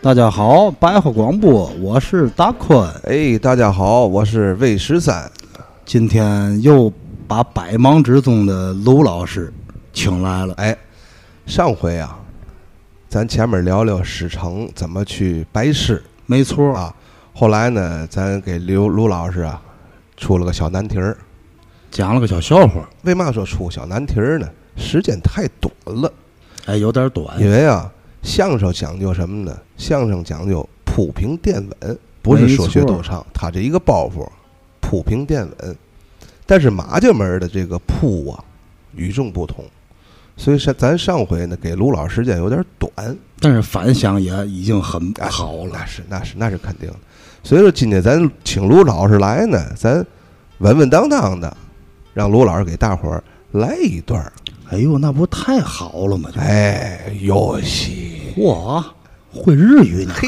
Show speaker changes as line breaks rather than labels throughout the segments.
大家好，白话广播，我是大坤。
哎，大家好，我是魏十三。
今天又把百忙之中的卢老师请来了。
哎，上回啊，咱前面聊聊史成怎么去拜师
没错，
啊，后来呢，咱给刘卢老师啊出了个小难题儿。
讲了个小笑话，
为嘛说出小难题儿呢？时间太短了，
哎，有点短，
因为啊，相声讲究什么呢？相声讲究铺平垫稳，不是说学逗唱，它这一个包袱，铺平垫稳。但是马家门的这个铺啊，与众不同，所以上咱上回呢给卢老师时间有点短，
但是反响也已经很
哎
好了
那。是那是那是肯定的。所以说今天咱请卢老师来呢，咱稳稳当当的，让卢老师给大伙儿来一段儿。
哎呦，那不太好了吗？就
哎，游戏，
嚯，会日语呢！
嘿，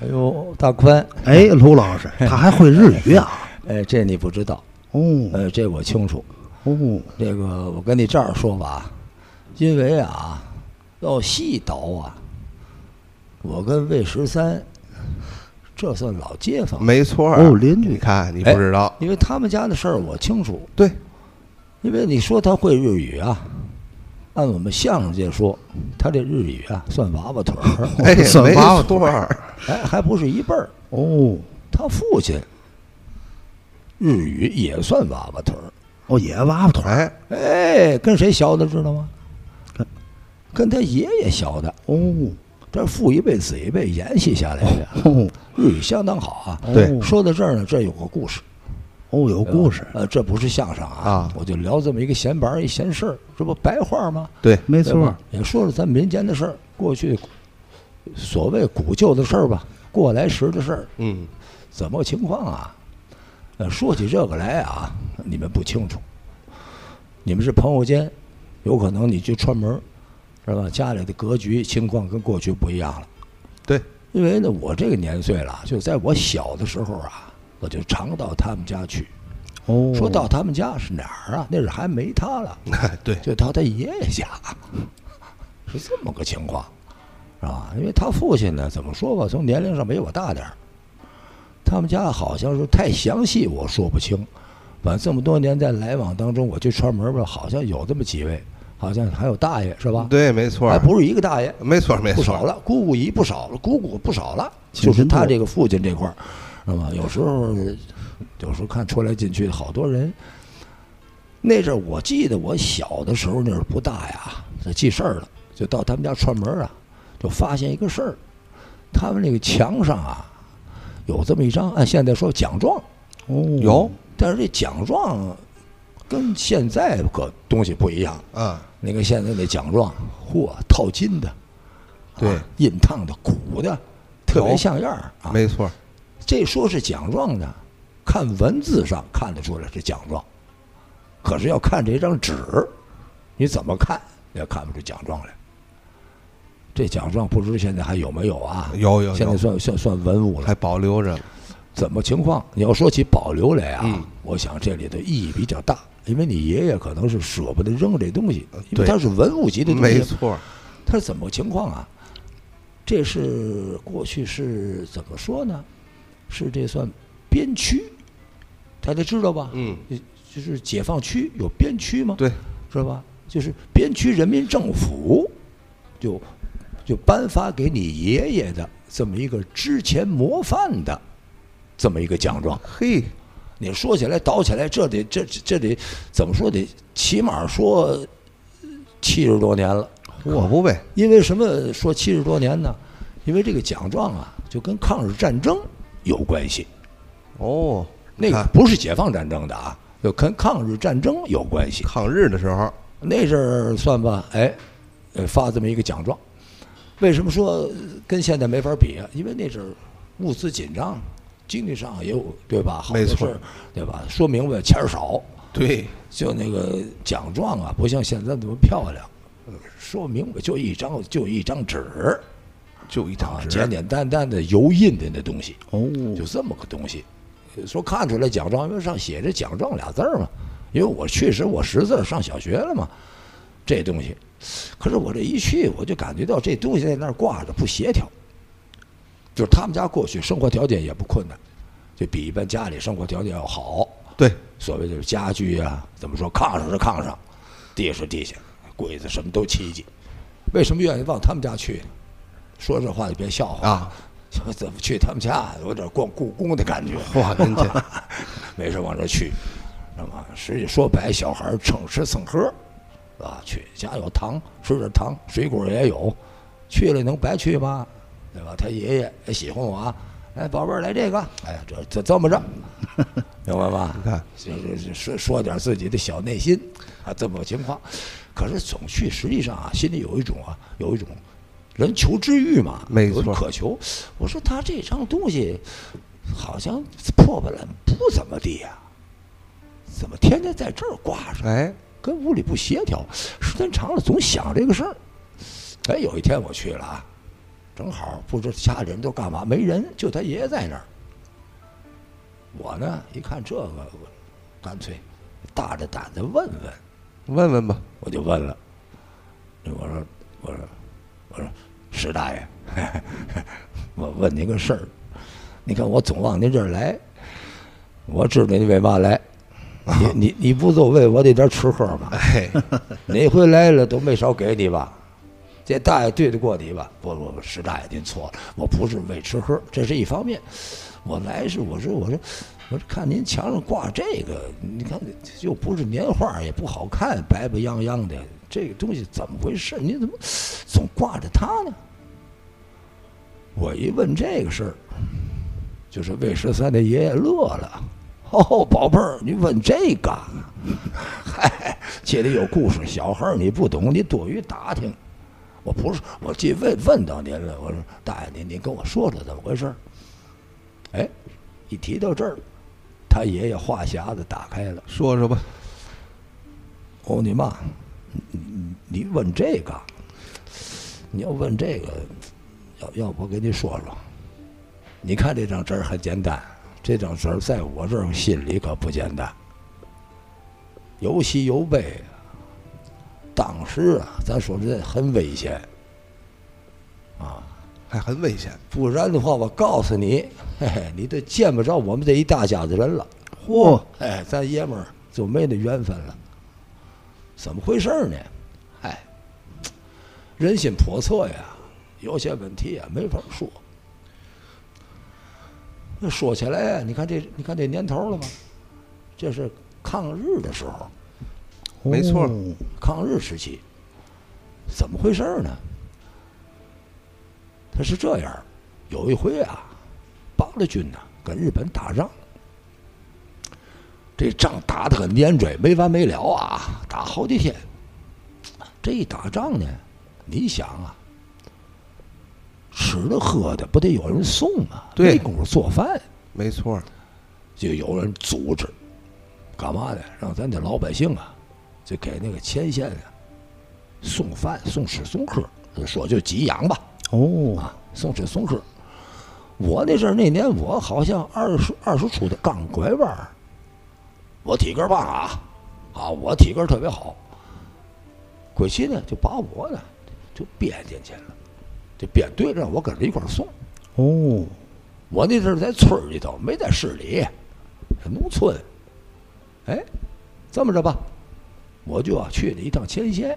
哎呦，大宽，
哎，卢老师，他还会日语啊？
哎，这你不知道，
哦
呃，这我清楚。
哦，
这个我跟你这样说吧，因为啊，要细倒啊，我跟魏十三，这算老街坊，
没错儿
哦邻居
你看你不知道，
因为他们家的事儿我清楚。
对，
因为你说他会日语啊，按我们相声界说，他这日语啊算娃娃腿儿，
哎，
算
没
八个
错儿，
哎，还不是一辈儿。
哦，
他父亲日语也算娃娃腿儿。
哦，也娃娃腿儿，
哎，
哎，跟谁学的知道吗？
跟
跟他爷爷学的，
哦
这是父一辈子一辈沿袭下来的，
哦
日语相当好啊。
对
说到这儿呢，这有个故事，
哦，有故事，
呃，这不是相声啊，
啊
我就聊这么一个闲玩儿一闲事儿，这不白话吗？
对，
没
没
错，
也说说咱民间的事儿，过去所谓古旧的事儿吧，过来时的事儿，
嗯，
怎么个情况啊？呃，说起这个来啊，你们不清楚，你们是朋友间，有可能你去串门儿，是吧？家里的格局情况跟过去不一样了，
对，
因为呢，我这个年岁了，就在我小的时候啊，我就常到他们家去。
哦，
说到他们家是哪儿啊？那是还没他了，
哎对，
就到他爷爷家，是这么个情况，是吧？因为他父亲呢，怎么说吧，从年龄上比我大点儿。他们家好像是太详细，我说不清。反正这么多年在来往当中，我去串门吧，好像有这么几位，好像还有大爷是吧？，
对，没错
还
儿，
不是一个大爷，
没错儿，没
不
错
少
儿，
了，姑姑姨不少了，姑姑不少了，
亲
就是
亲
他
度
这个父亲这块儿，那么有时候有时候看出来进去好多人。那阵儿我记得我小的时候那阵儿不大呀，这记事儿了，就到他们家串门儿啊，就发现一个事儿，他们那个墙上啊有这么一张，按现在说奖状，
哦
有
但是这奖状跟现在可东西不一样，
啊，
那个现在那奖状，嚯，套金的，
对
啊印烫的、鼓的，特别像样儿啊。
哦没错儿，
这说是奖状呢，看文字上看得出来是奖状，可是要看这张纸，你怎么看也看不出奖状来。这奖状不知现在还有没有啊？
有有
现在
有，
算算算文物了
还。保留着了，
怎么情况？你要说起保留来啊，
嗯
我想这里头意义比较大，因为你爷爷可能是舍不得扔这东西，因
对
为它是文物级的东西
没。错儿，
他是怎么个情况啊？这是过去是怎么说呢？是这算边区，大家知道吧？
嗯，
就是解放区有边区吗？，
对，
是吧？就是边区人民政府就就颁发给你爷爷的这么一个之前模范的这么一个奖状。
嘿，
你说起来倒起来，这得这这这得怎么说得起码说七十多年了。
可不呗，
因为什么说七十多年呢？因为这个奖状啊，就跟抗日战争有关系，
哦，
那
你
个
看
不是解放战争的啊，就跟抗日战争有关系。
抗日的时候，
那阵儿算吧，哎，呃，发这么一个奖状，为什么说呃跟现在没法比啊？因为那阵儿物资紧张，经济上也有对吧？好
没
多事
错
儿对吧？说明白钱儿少，
对，
就那个奖状啊，不像现在那么漂亮，呃说明白就一张就一张纸。
就一张
啊，
纸
简，简单单的油印的那东西，
哦，
就这么个东西。说看出来奖状，因为上写着“奖状”俩字儿嘛，因为我确实我识字儿上小学了嘛，这东西。可是我这一去，我就感觉到这东西在那儿挂着不协调，就是他们家过去生活条件也不困难，就比一般家里生活条件要好。
对，
所谓的家具啊，怎么说，炕上是炕上，地是地下，柜子什么都齐齐。为什么愿意往他们家去呢？说这话你别笑话
啊！
我怎么去他们家？有点逛故宫的感觉。
哇，您这
没事往这去，那么实际说白，小孩儿蹭吃蹭喝，啊，去家有糖吃点糖，水果也有，去了能白去吗？对吧？他爷爷也喜欢我啊，哎，宝贝儿来这个，哎，这这这么着，明白吧？
你看，
就是说说点自己的小内心啊，这么个情况。可是总去，实际上啊，心里有一种啊，有一种人求知欲嘛，
没
有一
错
渴求。我说他这张东西好像破破烂不怎么地呀、啊怎么天天在这儿挂着？
哎，
跟屋里不协调，时间长了总想这个事儿。哎，有一天我去了啊，正好不知家里人都干嘛，没人，就他爷爷在那儿。我呢一看这个，我干脆大着胆子问问，
问问吧，
我就问了，我说我说我说石大爷， 我问您个事儿，你看我总往您这儿来，我知道您为嘛来，你你你不就为我这点吃喝吗？
哎，
哪回来了都没少给你吧？这大爷对得过你吧？不不不，石大爷您错了，我不是为吃喝，这是一方面。我来是我是我是我是看您墙上挂这个，你看又不是年画，也不好看，白白泱泱的，这个东西怎么回事？你怎么总挂着它呢？我一问这个事儿，就是魏十三的爷爷乐了。哦，宝贝儿，你问这个？嗨， 这里有故事，小孩儿你不懂，你多余打听。我不是，我既问问到您了，我说大爷您您跟我说说怎么回事儿？哎，一提到这儿，他爷爷话匣子打开了。
说说吧，
我说你妈，你你你问这个，你要问这个，要要不我给你说说。你看这张纸儿很简单，这张纸儿在我这儿心里可不简单，有喜有悲。当时啊，咱说这很危险，
还很危险。
不然的话，我告诉你，嘿嘿，你都见不着我们这一大家子人了。
嚯，
哎，咱爷们儿就没那缘分了。怎么回事儿呢？哎，人心叵测呀，有些问题啊没法说。那说起来呀，你看这，你看这年头了吗？这是抗日的时候，
没错
哦
抗日时期，怎么回事儿呢？他是这样儿，有一回啊，八路军呢、跟日本打仗，这仗打得很蔫拽，没完没了啊，打好几天。这一打仗呢，你想啊，吃的喝的不得有人送啊，
对
没工夫做饭，啊
没错，
就有人组织，干嘛呢？让咱这老百姓啊，就给那个前线啊送饭、送吃、送喝，就说就给养吧，
哦，
啊，送吃送喝。我那阵儿那年我好像二十二十出头，刚拐弯儿，我体格棒啊，啊，我体格特别好。鬼气呢就把我呢就编进去了，就编队让我跟着一块儿送。
哦，
我那阵儿在村儿里头，没在市里，农村。哎，这么着吧，我就啊去了一趟前线，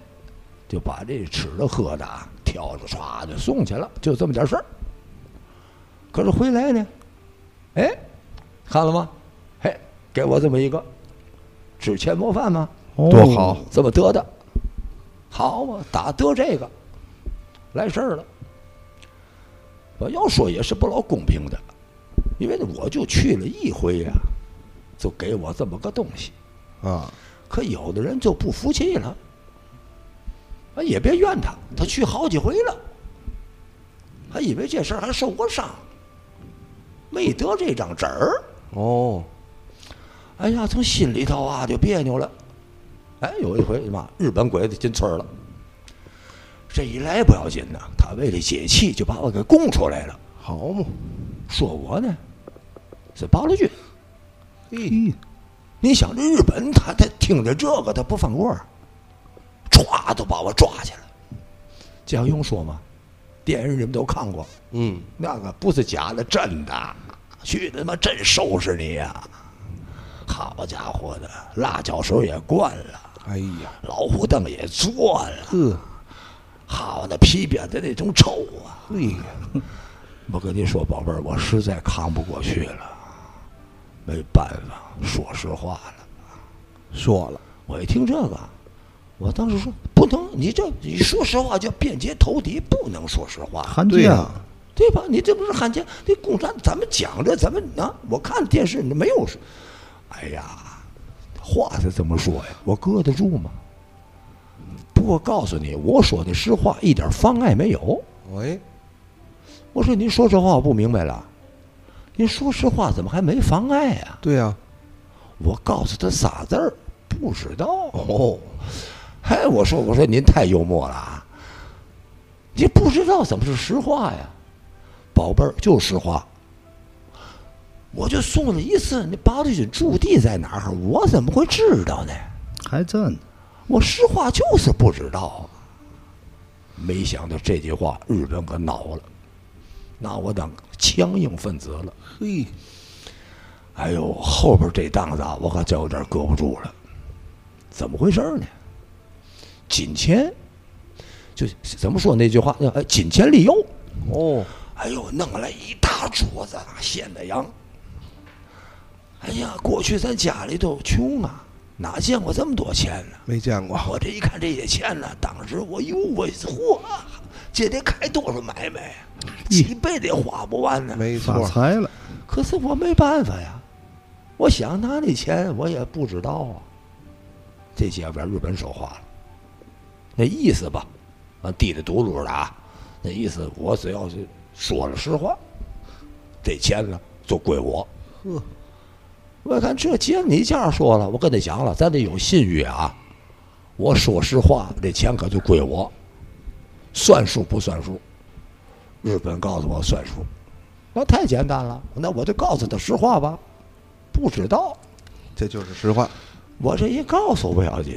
就把这吃的喝的啊挑着唰就送去了，就这么点事儿。可是回来呢，哎，看了吗？嘿，给我这么一个纸钱模范吗？
哦
多好，
这么得的，好嘛，打得这个来事儿了。我要说也是不老公平的，因为呢我就去了一回呀、就给我这么个东西。
啊，
可有的人就不服气了，啊，也别怨他，他去好几回了，还以为这事儿还受过伤，没得这张纸儿。
哦，
哎呀，从心里头啊就别扭了。哎，有一回嘛，日本鬼子进村儿了，这一来不要紧呐，他为了解气就把我给供出来了，
好嘛，
说我呢是八路军。
嘿，
你想这日本他他听着这个他不放过，歘就把我抓起来。这还用说吗？电影你们都看过，
嗯，
那个不是假的，真的，去他妈真收拾你呀、好家伙的，辣椒水也灌了，
哎呀，
老虎凳也坐了，
呵，
好的，皮鞭的那种臭啊！
嘿，
我跟你说，宝贝儿，我实在扛不过去了，没办法，说实话了。
说了，
我一听这个，我当时说不能，你这你说实话叫变节投敌，不能说实话，
韩
对
剧
呀、
啊，
对吧？你这不是汉奸？这共产咱们讲着，咱们啊，我看电视你没有说，哎呀，话是这么说呀，我搁得住吗？不过告诉你，我说的实话一点妨碍没有。
喂，
我说您说实话，我不明白了。您说实话怎么还没妨碍啊？
对呀、
我告诉他仨字儿，不知道。
哦，
哎，我说我说您太幽默了啊！你不知道怎么是实话呀，宝贝儿，就是实话。我就送了一次，那八路军驻地在哪儿？我怎么会知道呢？
还真的
我实话就是不知道。啊没想到这句话日本可恼了，拿我当强硬分子了。
嘿，
哎呦，后边这档子啊，我可真有点搁不住了。怎么回事呢？金钱，就怎么说那句话叫哎，金钱利诱。
哦，
哎呦，弄来一大桌子啊鲜的羊。哎呀，过去咱家里头穷啊，哪见过这么多钱呢？
没见过，
我这一看这些钱呢，当时我哟我嚯，这得开多少买卖呀？啊几辈子也花不完呢。
没
发
错，
财了，
可是我没办法呀，我想拿那钱，我也不知道啊。这姐们儿日本说话了，那意思吧，啊，滴里嘟噜的啊，那意思我只要是说了实话，这钱呢就归我。
呵，
我看这既然你这样说了，我跟你讲了，咱得有信誉啊。我说实话，这钱可就归我，算数不算数？日本告诉我算数，那太简单了。那我就告诉他实话吧，不知道。
这就是实话，
我这一告诉不要紧，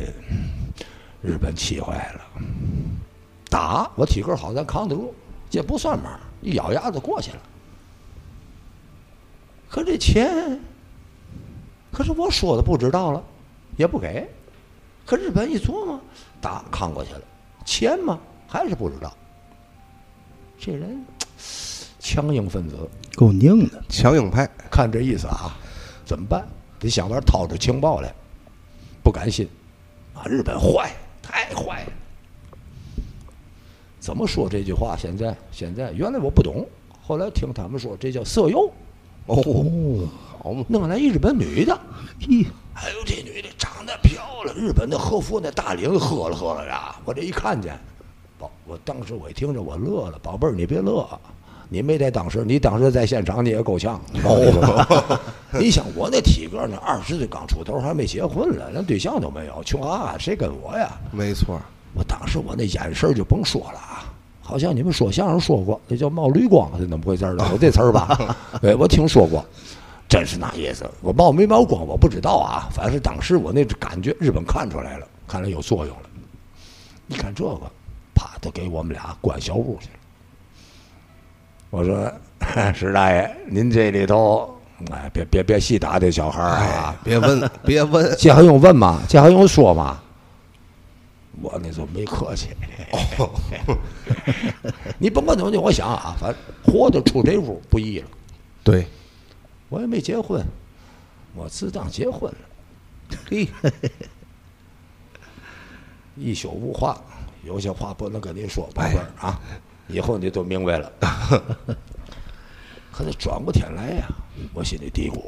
日本气坏了，打我体格好，咱扛得住，这不算门儿，一咬牙就过去了。可这钱，可是我说的不知道了，也不给。可日本一琢磨，打扛过去了，钱嘛还是不知道。这人强硬分子，
够拧的，
强硬派，
看这意思啊，怎么办？得想法掏出情报来，不敢信啊！日本坏，太坏了。怎么说这句话？现在现在原来我不懂，后来听他们说这叫色诱，
哦，好嘛，
弄来一日本女的，
嘿，
哎呦这女的长得漂亮，日本的和服那大领子喝了喝了呀！我这一看见，宝，我当时我一听着我乐了，宝贝儿你别乐啊，你没在当时，你当时在现场你也够呛。
哦，
你想我那体格呢，二十岁刚出头，还没结婚了，连对象都没有，穷啊，谁跟我呀？
没错，
我当时我那眼神儿就甭说了啊，好像你们说相声说过，那叫冒绿光是怎么回事儿呢？有这词儿吧？哎，我听说过，真是那意思。我冒没冒光我不知道啊，反正是当时我那感觉，日本看出来了，看来有作用了。你看这个，啪，就给我们俩关小屋去了。我说 石大爷，您这里头，哎，别别别细打这小孩儿啊
哎。，别问， 别问，
这还用问吗？这还用说吗？我那时候没客气， 你甭管怎么地，我想啊，反正活着出这屋不易了。
对，
我也没结婚，我自当结婚了。
嘿，
一宿无话，有些话不能跟您说，宝
哎
贝儿啊，以后你就明白了。可是转过天来呀、我心里嘀咕：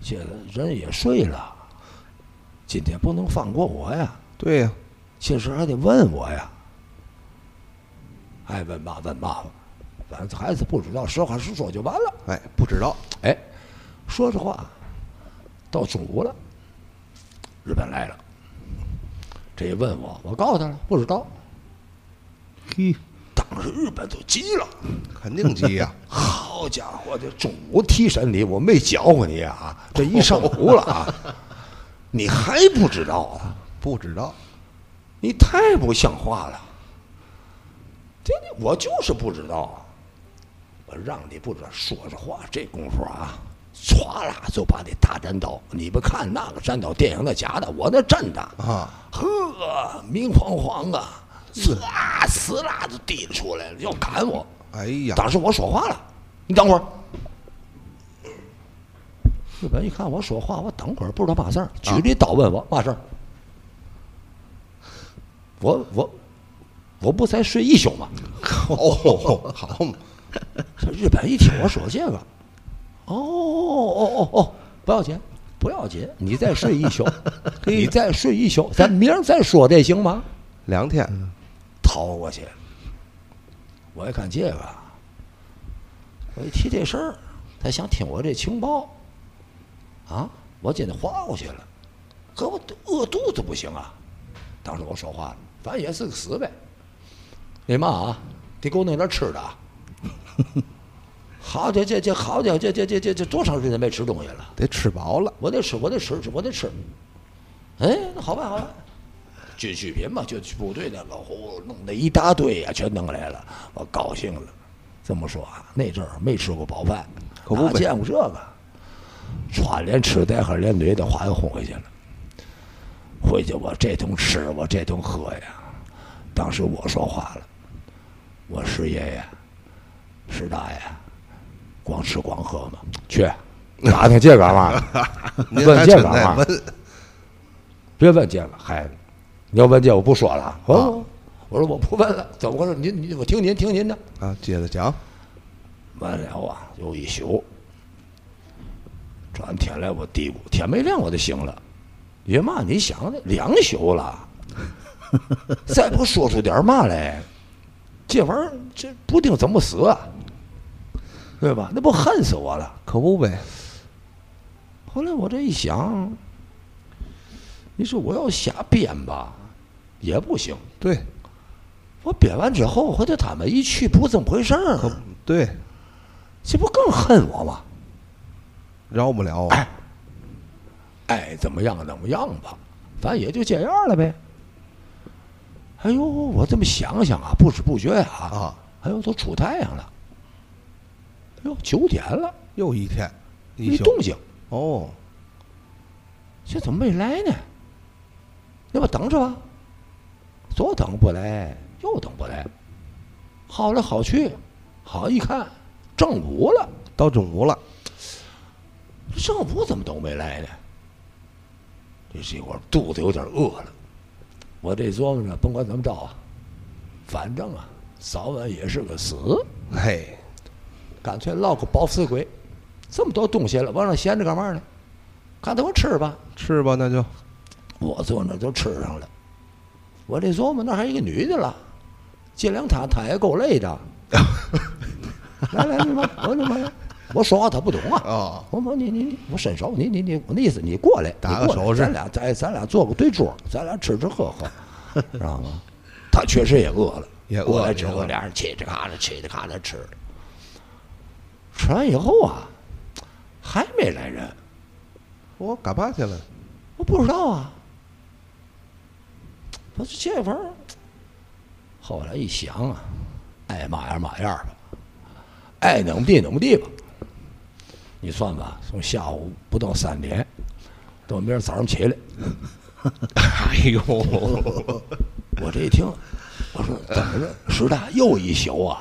现在人也睡了，今天不能放过我呀。
对呀、
其实还得问我呀，爱问嘛问嘛吧，反正还是不知道，实话实说就完了。
哎，不知道，
哎，说实话，到中午了，日本来了，这一问我，我告诉他了，不知道。
嘿，
当时日本就急了，
肯定急呀、
好家伙，这中午提审你，我没搅和你啊，这一上午了啊，你还不知道啊？
不知道，
你太不像话了！这我就是不知道啊。我让你不知道，说实话，这功夫啊，歘啦就把你大斩倒。你不看那个斩倒电影那假的，我那真的
啊，
呵，明晃晃啊，呲呲啦就递了出来了，要砍我。
哎呀，
当时我说话了，你等会儿。日本一看我说话，我等会儿不知道嘛事
啊
儿，举着刀问我嘛事儿。我我我不才睡一宿吗？
哦，好嘛，
这日本一听我说这个，哦哦哦哦，不要紧，不要紧，你再睡一 宿，你再睡一宿，咱明儿再说这行吗？
两天，
逃过去。我一看这个，我一提这事儿，他想听我这情报，啊，我今天划过去了，可我饿肚子不行啊。当时我说话了，反正也是个死呗。你妈啊，得给我弄点吃的。啊。 好家伙，这这好家伙，这这这这这多长时间没吃东西了？
得吃饱了，
我得吃，我得吃，我得吃。哎，那好办好办，军需品嘛，就去部队那个呼弄的一大堆呀、全弄来了，我高兴了。这么说啊，那阵儿没吃过饱饭，
可不呗
哪见过这个，穿连吃带喝连怼的花又轰回去了。回去我这顿吃，我这顿喝呀。当时我说话了，我师爷爷、师大爷，光吃光喝嘛， 去打听这干嘛？
您
问
还
这
真
干
爱
嘛？
问，
别问这个，孩子，你要问这我不说了啊。哦我说我不问了，怎么回事？您您我听您听您的。
啊，接着讲，
完了啊，又一宿。转天来我嘀咕，天没亮我就醒了。爷嘛，你想的两宿了，再不说出点嘛来，这玩意儿这不定怎么死啊，对吧？那不恨死我了。
可不呗，
后来我这一想，你说我要瞎编吧，也不行。
对，
我编完之后，回头他们一去不这么回事儿，啊
可 对，
这不更恨我吗？
饶不了啊
哎，哎，怎么样怎么样吧，反正也就这样了呗。哎呦，我这么想想啊，不知不觉啊，
啊，
哎呦，都出太阳了，哎呦，九点了，
又一天，一
没
宿，
动静，
哦，
这怎么没来呢？那不等着吧，啊左等不来，右等不来，好来好去，好一看正午了。
到中午了，
上午怎么都没来呢？这是一会儿肚子有点饿了，我这琢磨着，甭管怎么着啊，反正啊，早晚也是个死，
嘿，
干脆落个饱死鬼。这么多东西了，往那闲着干嘛呢？干脆我吃吧。
吃吧，那就，
我坐那就吃上了。我这琢磨，那还有一个女的了，进凉她她也够累的。来来，你妈，我你妈来，我说话她不懂啊。
哦，
我说你你你，我伸手，你你你，我那意思你过来，
打
你
个
过来
手势
咱俩咱咱俩坐个对桌，咱俩吃吃 喝喝，知道吗？他确实也饿了，
也
过
饿
来
了
之
也饿
后，
了
俩人嘁哧咔嚓嘁哧咔嚓吃了，吃完以后啊，还没来人，
我干嘛去了？
我不知道啊。我说这玩意儿，后来一想啊，爱嘛样嘛样吧，爱怎么地怎么地吧。你算吧，从下午不到三点，到明儿早上起来，
哎呦，
我这一听，我说怎么着，师大又一宿啊！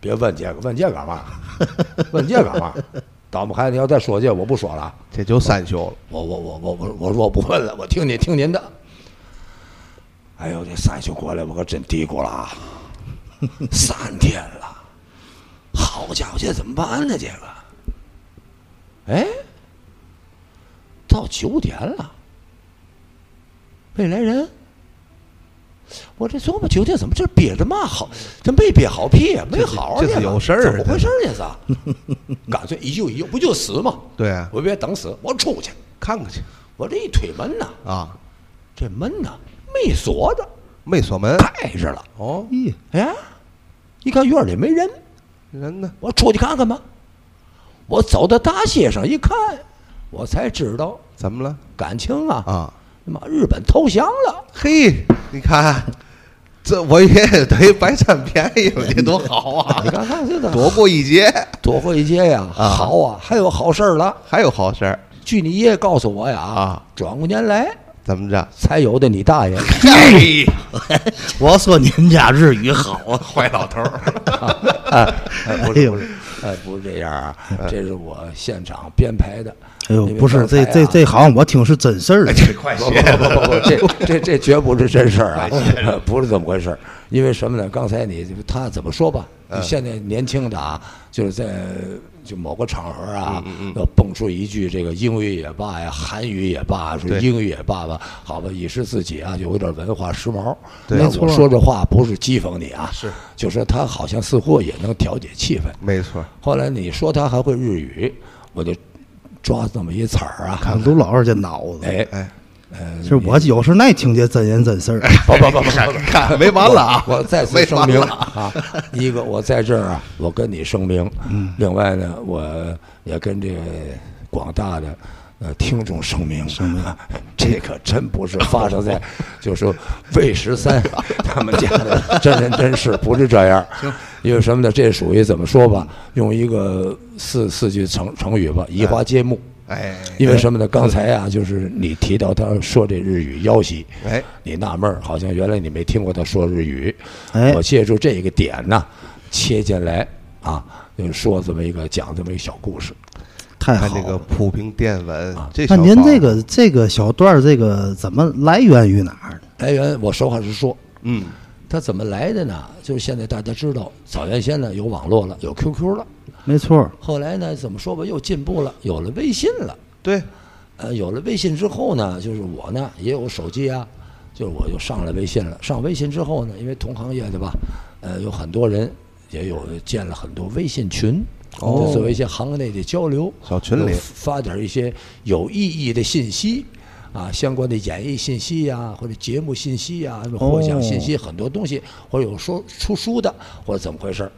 别问这个，问这干嘛？ 问这干嘛？倒霉孩子，你要再说这，我不说了啊。
这就三宿了，
我我我我我我说我不问了，我听您听您的。哎呦，这三宿过来，我可真嘀咕了啊，三天了，好家伙，这怎么办呢？这个，哎，到九点了，没来人。我这琢磨九点怎么这憋着嘛好，这没憋好屁呀，没好啊
这是
个
有事儿
怎么回事儿这是？ 干脆一就一就不就死吗？
对啊，
我别等死，我出去。
看看去
我这一推门呐，
啊，
这门呐没锁着，
没锁门，
开着了。
哦，
咦，
哎呀，一看院里没人，
人呢？
我出去看看吧。我走到大街上一看，我才知道
怎么了？
感情啊，
啊，
他妈日本投降了。
嘿，你看，这我也等于白占便宜了，这多好啊
你！看看这个
躲过一劫，
躲过一劫呀，
啊
好啊，还有好事儿了。
还有好事儿
据你爷爷告诉我呀，
啊！
转过年来
怎么着？
才有的你大爷。
嘿，
我说你们家日语好啊，
坏老头 儿，
哎呦，
哎，不是这样啊，这是我现场编排的。
哎呦
因，为
不是
刚才
这
啊
这这好像我听是真事儿啊，
快
不不不不不， 这这这绝不是真事儿啊，呃 不是这么回事儿。因为什么呢？刚才你他怎么说吧？
嗯
你现在年轻的啊，就是在就某个场合啊，
嗯
要蹦出一句这个英语也罢呀，韩语也罢，说
对
英语也罢吧，好吧，以示自己啊有一点文化时髦。
对
那
没
错
我说这话不是讥讽你啊，
是，
就说他好像似乎也能调节气氛。
没错，
后来你说他还会日语，我就抓这么一词儿啊，
看卢老师这脑子，
哎，
哎，
其实我有时候爱听这真人真事儿，
不不不不，
看 看没完了啊！
我我再次
没
声
完
明
了，
啊，一个我在这儿啊，我跟你声明。嗯。另外呢，我也跟这个广大的呃听众声明，声明，这可真不是发 生在就是说魏十三他们家的真人真事，不是这样。因为什么呢？这属于怎么说吧？用一个四四句成成语吧，移花接木。
哎，
因为什么呢？刚才啊，就是你提到他说这日语要挟，
哎，
你纳闷儿，好像原来你没听过他说日语。
哎
我借助这个点呢，切进来啊，就说这么一个讲这么一个小故事。
太
看
好
这
了
个。普平电文，啊这
那
小
您
宝
这个这个小段儿，这个怎么来源于哪儿呢？
哎来源我实话实说，
嗯，
他怎么来的呢？就是现在大家知道，早原先呢有网络了，有 QQ 了，
没错儿，
后来呢怎么说吧，又进步了，有了微信了。
对，
呃，有了微信之后呢，就是我呢也有手机啊，就是我就上了微信了。上微信之后呢，因为同行业的吧，呃，有很多人也有建了很多微信群，
哦
就作为一些行内的交流，
小群里
发点一些有意义的信息。啊，相关的演艺信息呀、或者节目信息呀、获奖信息很多东西，或者有说出书的，或者怎么回事儿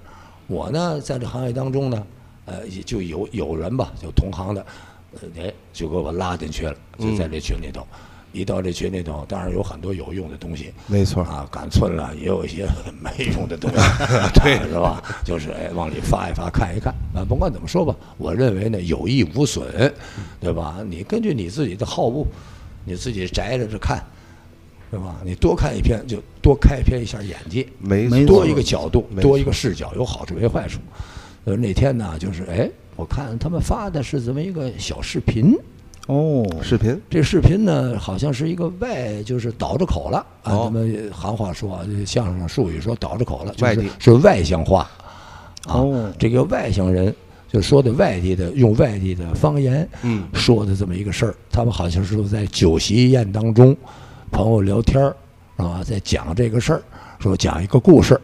我呢，在这行业当中呢，呃，也就有有人吧，就同行的，呃，哎，就给我拉进去了，就在这群里头。一到这群里头，当然有很多有用的东西，
没错
啊，赶寸了，也有一些没用的 东西， 对，是吧？就是哎，往里发一发，看一看啊，甭管怎么说吧，我认为呢，有益无损，对吧？你根据你自己的好恶，你自己摘着这看，对吧？你多看一篇，就多开篇一下眼界，
没
没
错
多一个角度
没，错
多一个视角，有好处也有坏处。呃，那天呢，就是哎，我看他们发的是这么一个小视频，
哦，
视频，
这视频呢，好像是一个外，就是倒着口了啊。
哦
咱们行话说啊，这相声术语说倒着口了，就
外
是
地
是外乡话啊。
哦
这个外乡人就说的外地的，用外地的方言，
嗯
说的这么一个事儿。他们好像是在酒席宴当中，朋友聊天儿啊，在讲这个事儿，说讲一个故事。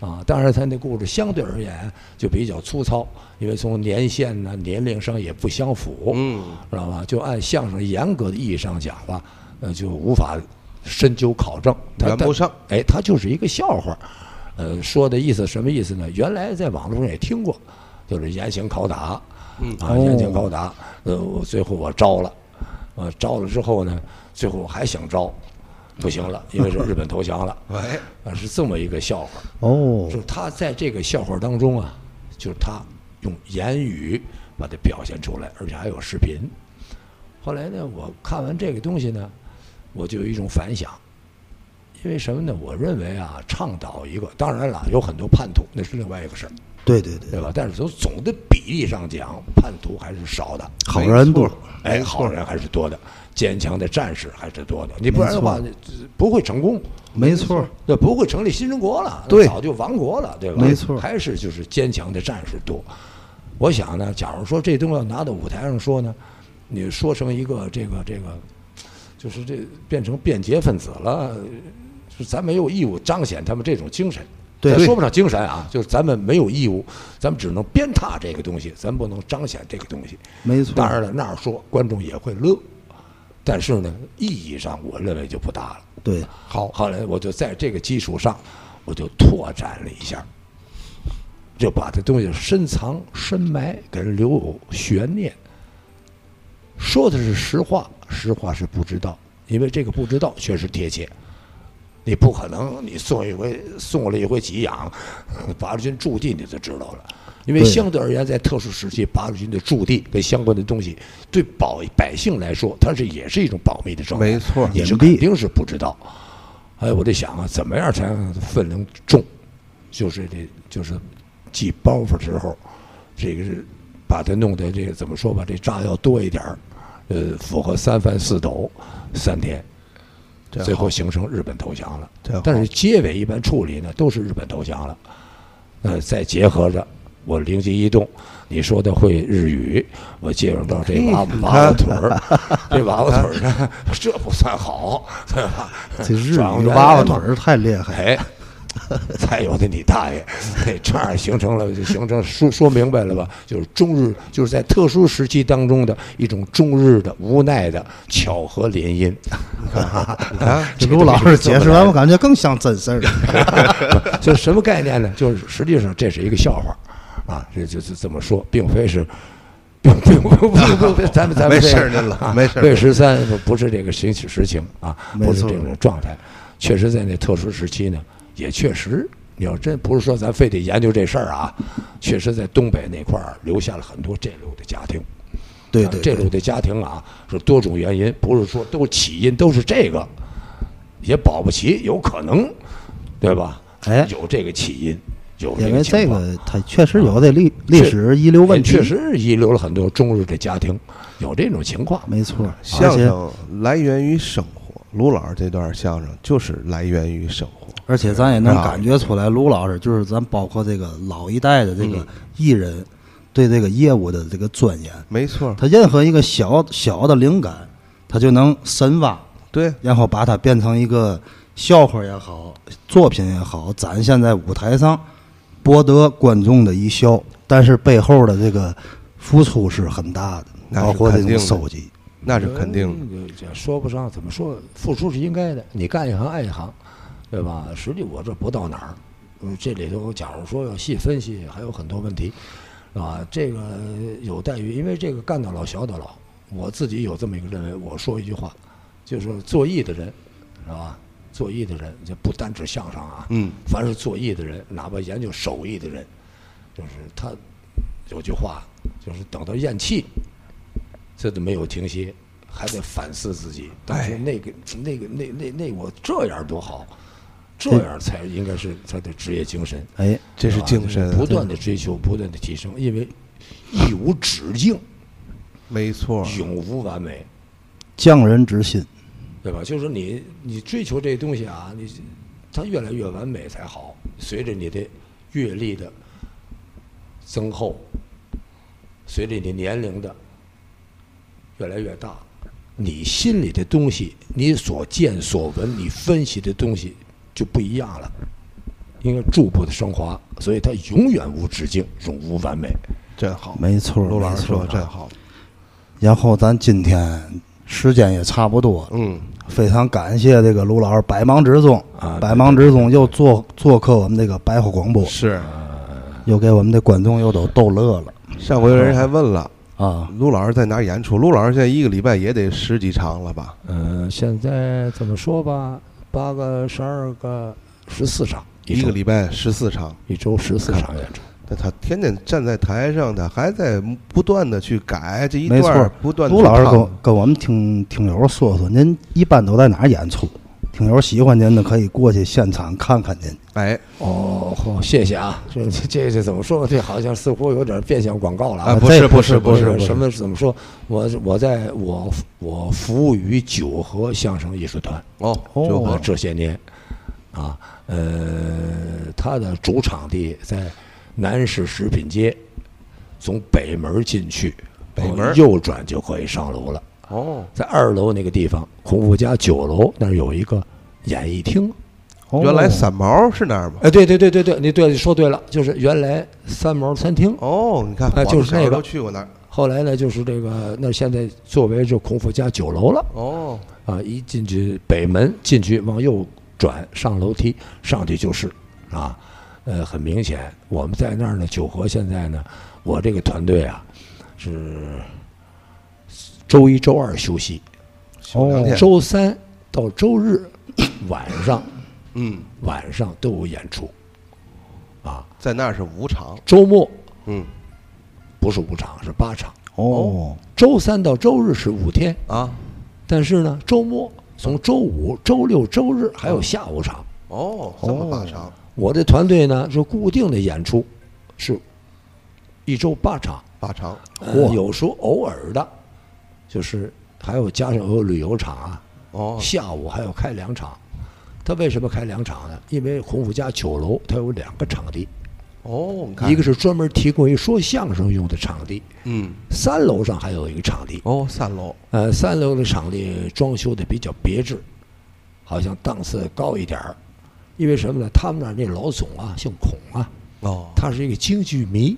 啊，当然，他那故事相对而言就比较粗糙，因为从年限呢、年龄上也不相符。
嗯，
知道吧？就按相声严格的意义上讲吧，呃，就无法深究考证，它
圆不上。，
它哎，它就是一个笑话儿。呃，说的意思什么意思呢？原来在网络上也听过，就是严刑拷打，嗯啊，
哦
严刑拷打。呃，我最后我招了，呃，招了之后呢，最后我还想招，不行了，因为是日本投降了
喂，
啊，是这么一个笑话儿。
哦
就是他在这个笑话当中啊，就是他用言语把它表现出来，而且还有视频。后来呢，我看完这个东西呢，我就有一种反响，因为什么呢？我认为啊，倡导一个，当然了，有很多叛徒，那是另外一个事儿，
对对对，
对吧？但是从总的比例上讲，叛徒还是少的，
好人多
没，错
哎，好人还是多的，坚强的战士还是多的。你不然的话，不会成功。
没错儿，
那不会成立新中国了，
对
早就亡国了，对吧？
没错
还是就是坚强的战士多。我想呢，假如说这东西要拿到舞台上说呢，你说成一个这个这个，就是这变成变节分子了，就是咱没有义务彰显他们这种精神。
对
咱说不上精神啊，就是咱们没有义务，咱们只能鞭挞这个东西，咱不能彰显这个东西。
没错儿，
当然了，那样说观众也会乐，但是呢，意义上我认为就不大了。
对，
好，后来我就在这个基础上，我就拓展了一下，就把这东西深藏深埋，给人留有悬念。说的是实话，实话是不知道，因为这个不知道确实贴切。你不可能你送一回送了一回给养，呃八路军驻地你就知道了。因为
对
相对而言，在特殊时期，八路军的驻地跟相关的东西，对保百姓来说，它是也是一种保密的状态。
没错
你是
隐蔽
肯定是不知道。哎，我在想啊，怎么样才让分量重？就是这，就是系包袱时候，这个是把它弄得这个怎么说吧，这炸药多一点儿，呃，符合三番四斗三天，
这
最
好
后形成日本投降了。
这好
但是结尾一般处理呢，都是日本投降了。呃，再结合着我灵机一动，你说的会日语，我借用到这娃娃娃腿儿， 这娃娃腿儿呢，这不算好，对吧？
这日
转过
语
来
娃娃
了
腿
嘛
儿太厉害，
哎，再有的你大爷，对，这样形成了，就形成说说明白了吧？就是中日，就是在特殊时期当中的一种中日的无奈的巧合联姻。 啊
这卢老师解释完，我，感觉更像真事儿 了。
就什么概念呢？就是实际上这是一个笑话，啊，这就是这么说，并非是。并并不不不不，咱们咱们
没事
这
儿您了
啊
没事儿
魏十三不是这个实实情啊，
没
不是
错
这种状态。确实，在那特殊时期呢，也确实，你要真不是说咱非得研究这事儿啊，确实在东北那块儿留下了很多这路的家庭。
对
啊
对
这
对，
路的家庭啊，是多种原因，不是说都起因都是这个，也保不齐，有可能，对吧？
哎
有这个起因，有这
因为这
情况哎
个它确实有这历历史遗留问题，
确实遗留了很多中日的家庭有这种情况。
没错。而
相
且
声来源于生活，卢老师这段相声就是来源于生活。
而且咱也能感觉出来，卢老师就是咱包括这个老一代的这个艺人，对这个业务的这个钻研，
没错，
他任何一个小小的灵感，他就能深挖，
对，
然后把它变成一个笑话也好，作品也好，展现在舞台上，博得观众的一笑。但是背后的这个付出是很大的，
那是
包括这
肯定
种
的
收集。
那是肯定的。
的，这说不上怎么说，付出是应该的，你干一行爱一行，对吧？实际我这不到哪儿，嗯，这里头假如说要细分析，还有很多问题，啊，这个有待于，因为这个干到老学到老，我自己有这么一个认为，我说一句话，就是做艺的人，是吧？做艺的人，这不单指相声啊，
嗯，
凡是做艺的人，哪怕研究手艺的人，就是他有句话，就是等到咽气，这都没有停歇，还得反思自己。当
哎
时那个、那个、那那那我这样多好，这样才应该是他的职业精神。
哎，
这是
吧
精神
就是，不断的追求，不断的提升，因为艺无止境，
没错，
永无完美，
匠人之心，
对吧？就是你你追求这东西啊，你它越来越完美才好。随着你的阅历的增厚，随着你年龄的越来越大，你心里的东西，你所见所闻，你分析的东西就不一样了。应该逐步的升华，所以它永远无止境，永无完美。
真好。
没错。
卢老师
没错
说的真好，
然后咱今天时间也差不多了，
嗯，
非常感谢这个卢老师百忙之中
啊
百忙之中又做做客我们这个白话广播，
是。
又给我们的观众又都逗乐了
上回有人还问了，
啊！
卢老师在哪儿演出？卢老师现在一个礼拜也得十几场了吧？
嗯，现在怎么说吧，八个、十二个、十四场，
一个礼拜十四场，
一周十四场演出，
但他天天站在台上，他还在不断的去改这一
没错
段儿，不断地
卢老师
唱
跟跟我们听听友说说，您一般都在哪儿演出？听友喜欢您的可以过去现场看看您。
哎
哦，嚯谢谢啊！这这这这怎么说？这好像似乎有点变相广告了
啊，
啊！
不
这
是
不
不
是
是不是不是
什么怎么说？我我在我我服务于九和相声艺术团，
哦，
哦
就
我
好
这些年啊，呃，它的主场地在南市食品街，从北门进去，
北门
往右转就可以上楼了。
哦，
在二楼那个地方，孔府家九楼那儿有一个演艺厅。
哦
原来三毛是那儿吗？
哎，对对对对对，你对说对了，就是原来三毛餐厅，
哦，你看，
哎
我
就
们
是
小
那
时候
个
都去过那儿。
后来呢，就是这个，那现在作为这孔府家酒楼了
哦，
啊，一进去北门进去往右转上楼梯上去就是啊，呃，很明显我们在那儿呢，九和现在呢，我这个团队啊是周一周二休息，
哦哎
休两天
周三到周日晚上
嗯，
晚上都有演出，啊，
在那儿是五场，
周末
嗯
不是五场，是八场，
哦，
周三到周日是五天，
啊，
但是呢，周末从周五、周六、周日还有下午场。
哦，这么八场，
我的团队呢是固定的演出，是一周八场，
八场，
呃
嚯
有时候偶尔的，就是还有加上有旅游场啊，
哦，
下午还要开两场。他为什么开两场呢？因为孔府家酒楼它有两个场地，
哦，你看
一个是专门提供于说相声用的场地，
嗯，
三楼上还有一个场地。
哦，三楼，
呃，三楼的场地装修的比较别致，好像档次高一点儿。因为什么呢？他们那儿那老总啊，姓孔啊，
哦，
他是一个京剧迷，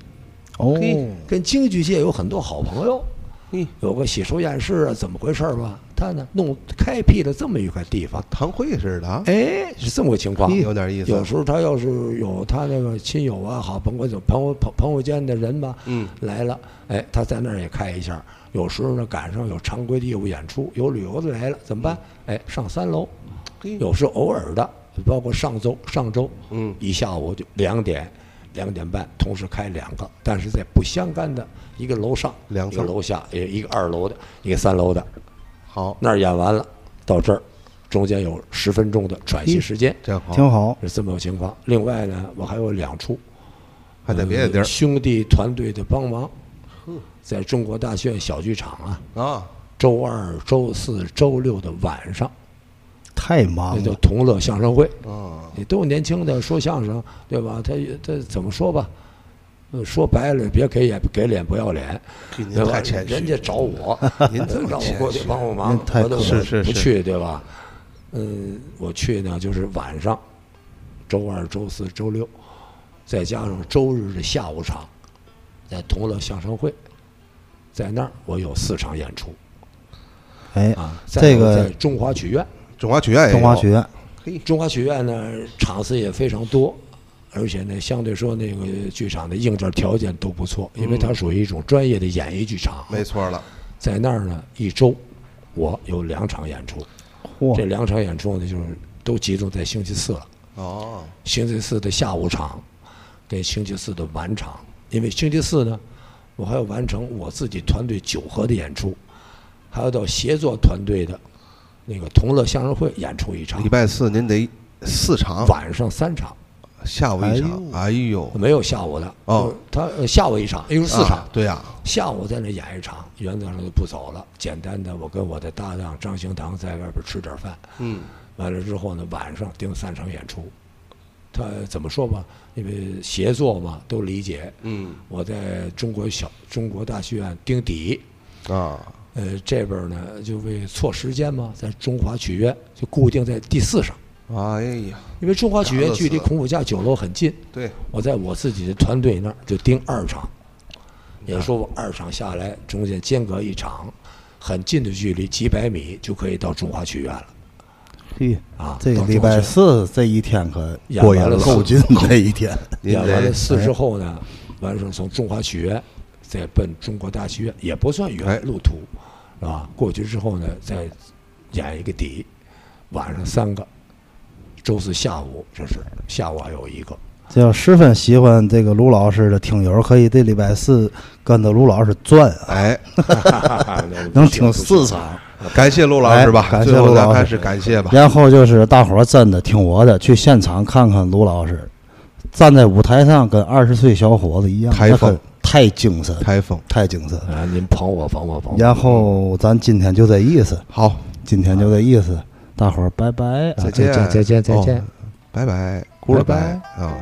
哦，
嘿
跟京剧界有很多好朋友，
嘿，
有个喜寿宴事啊，怎么回事儿吧？他呢，弄开辟了这么一块地方，
堂会似的啊，
哎，是这么个情况。
有点意思，
有时候他要是有他那个亲友啊，好，甭管怎么朋友朋朋友间的人吧，
嗯，
来了，哎，他在那儿也开一下。有时候呢，赶上有常规的业务演出，有旅游的来了，怎么办？哎，上三楼。
嗯嘿
有时候偶尔的，包括上周上周，
嗯
一下午就两点、两点半同时开两个，但是在不相干的一个楼上、
两
一个
层
楼下，也一个二楼的，一个三楼的，
好，
那儿演完了，到这儿中间有十分钟的喘息时间。
这好，
挺好，
是这么个情况。另外呢，我还有两处
还在别的地
呃
儿
兄弟团队的帮忙，在中国大剧院小剧场啊，
啊，
周二、周四周六的晚上，
太
那
忙
叫
了，
同乐相声会，
啊，
也都有年轻的说相声，对吧？他也他怎么说吧？呃说白了，别给脸给脸不要脸，
嘿您
对吧
太谦？虚了
人家找我，
您这么
让我
谦
过去
虚，
帮我忙
您，太
我都
客
气了是是是
不去，对吧？嗯，我去呢，就是晚上，周二、周四、周六，再加上周日的下午场，在同乐相声会，在那儿我有四场演出
哎，
啊。再
这
有
个
在中华曲院，
中华曲院也有，
中华学院
嘿，
中华曲院呢场次也非常多，而且呢，相对说那个剧场的硬件条件都不错，因为它属于一种专业的演艺剧场。
嗯没错了，
在那儿呢，一周我有两场演出，这
嚯，
两场演出呢就是都集中在星期四了，
哦，
星期四的下午场跟星期四的晚场，因为星期四呢，我还要完成我自己团队九合的演出，还要到协作团队的那个同乐相声会演出一场
礼，拜四您得四场，
晚上三场。
下午一场，哎呦，
没有下午的
哦，
就是他呃下午一场，一共四场
啊，，对呀，
下午在那演一场，原则上就不走了。简单的，我跟我的搭档张兴堂在外边吃点饭，
嗯，
完了之后呢，晚上盯三场演出。他怎么说吧，因为协作嘛，都理解。
嗯，
我在中国小中国大剧院盯底，
啊，
呃，这边呢就为错时间嘛，在中华曲院就固定在第四上，
哎呀，
因为中华曲
卡
院
得死
距离孔府家酒楼很近，
对，
我在我自己的团队那儿就盯二场，
啊
也就是说我二场下来，中间间隔一场，很近的距离，几百米就可以到中华剧院了
嘿，
啊。
这
到中华
礼拜
剧院
四这一天可
演
过
完
瘾
了
了，够劲这一天，
您
演完了
得，
四之后呢，完事儿从中华学院再奔中国大学院，也不算
哎
远路途，是吧？过去之后呢，再演一个底，晚上三个，周四下午这是下午还有 一个，
这要十分喜欢这个卢老师的听友，可以这礼拜四跟着卢老师转啊，
哎，
能听四场。
感谢陆老师吧
哎，感谢
最后
陆
咱
老师哎
还是感谢吧，
然后就是大伙儿真的听我的，去现场看看卢老师，站在舞台上跟二十岁小伙子一样，
台
这
风
可太精神，
台风，
太精神。
啊，您捧我捧我捧我。
然后咱今天就这意思，
好，
今天就这意思，大伙儿拜拜啊，
再见，
嗯
再见再见再见
哦，拜拜，咕噜拜啊。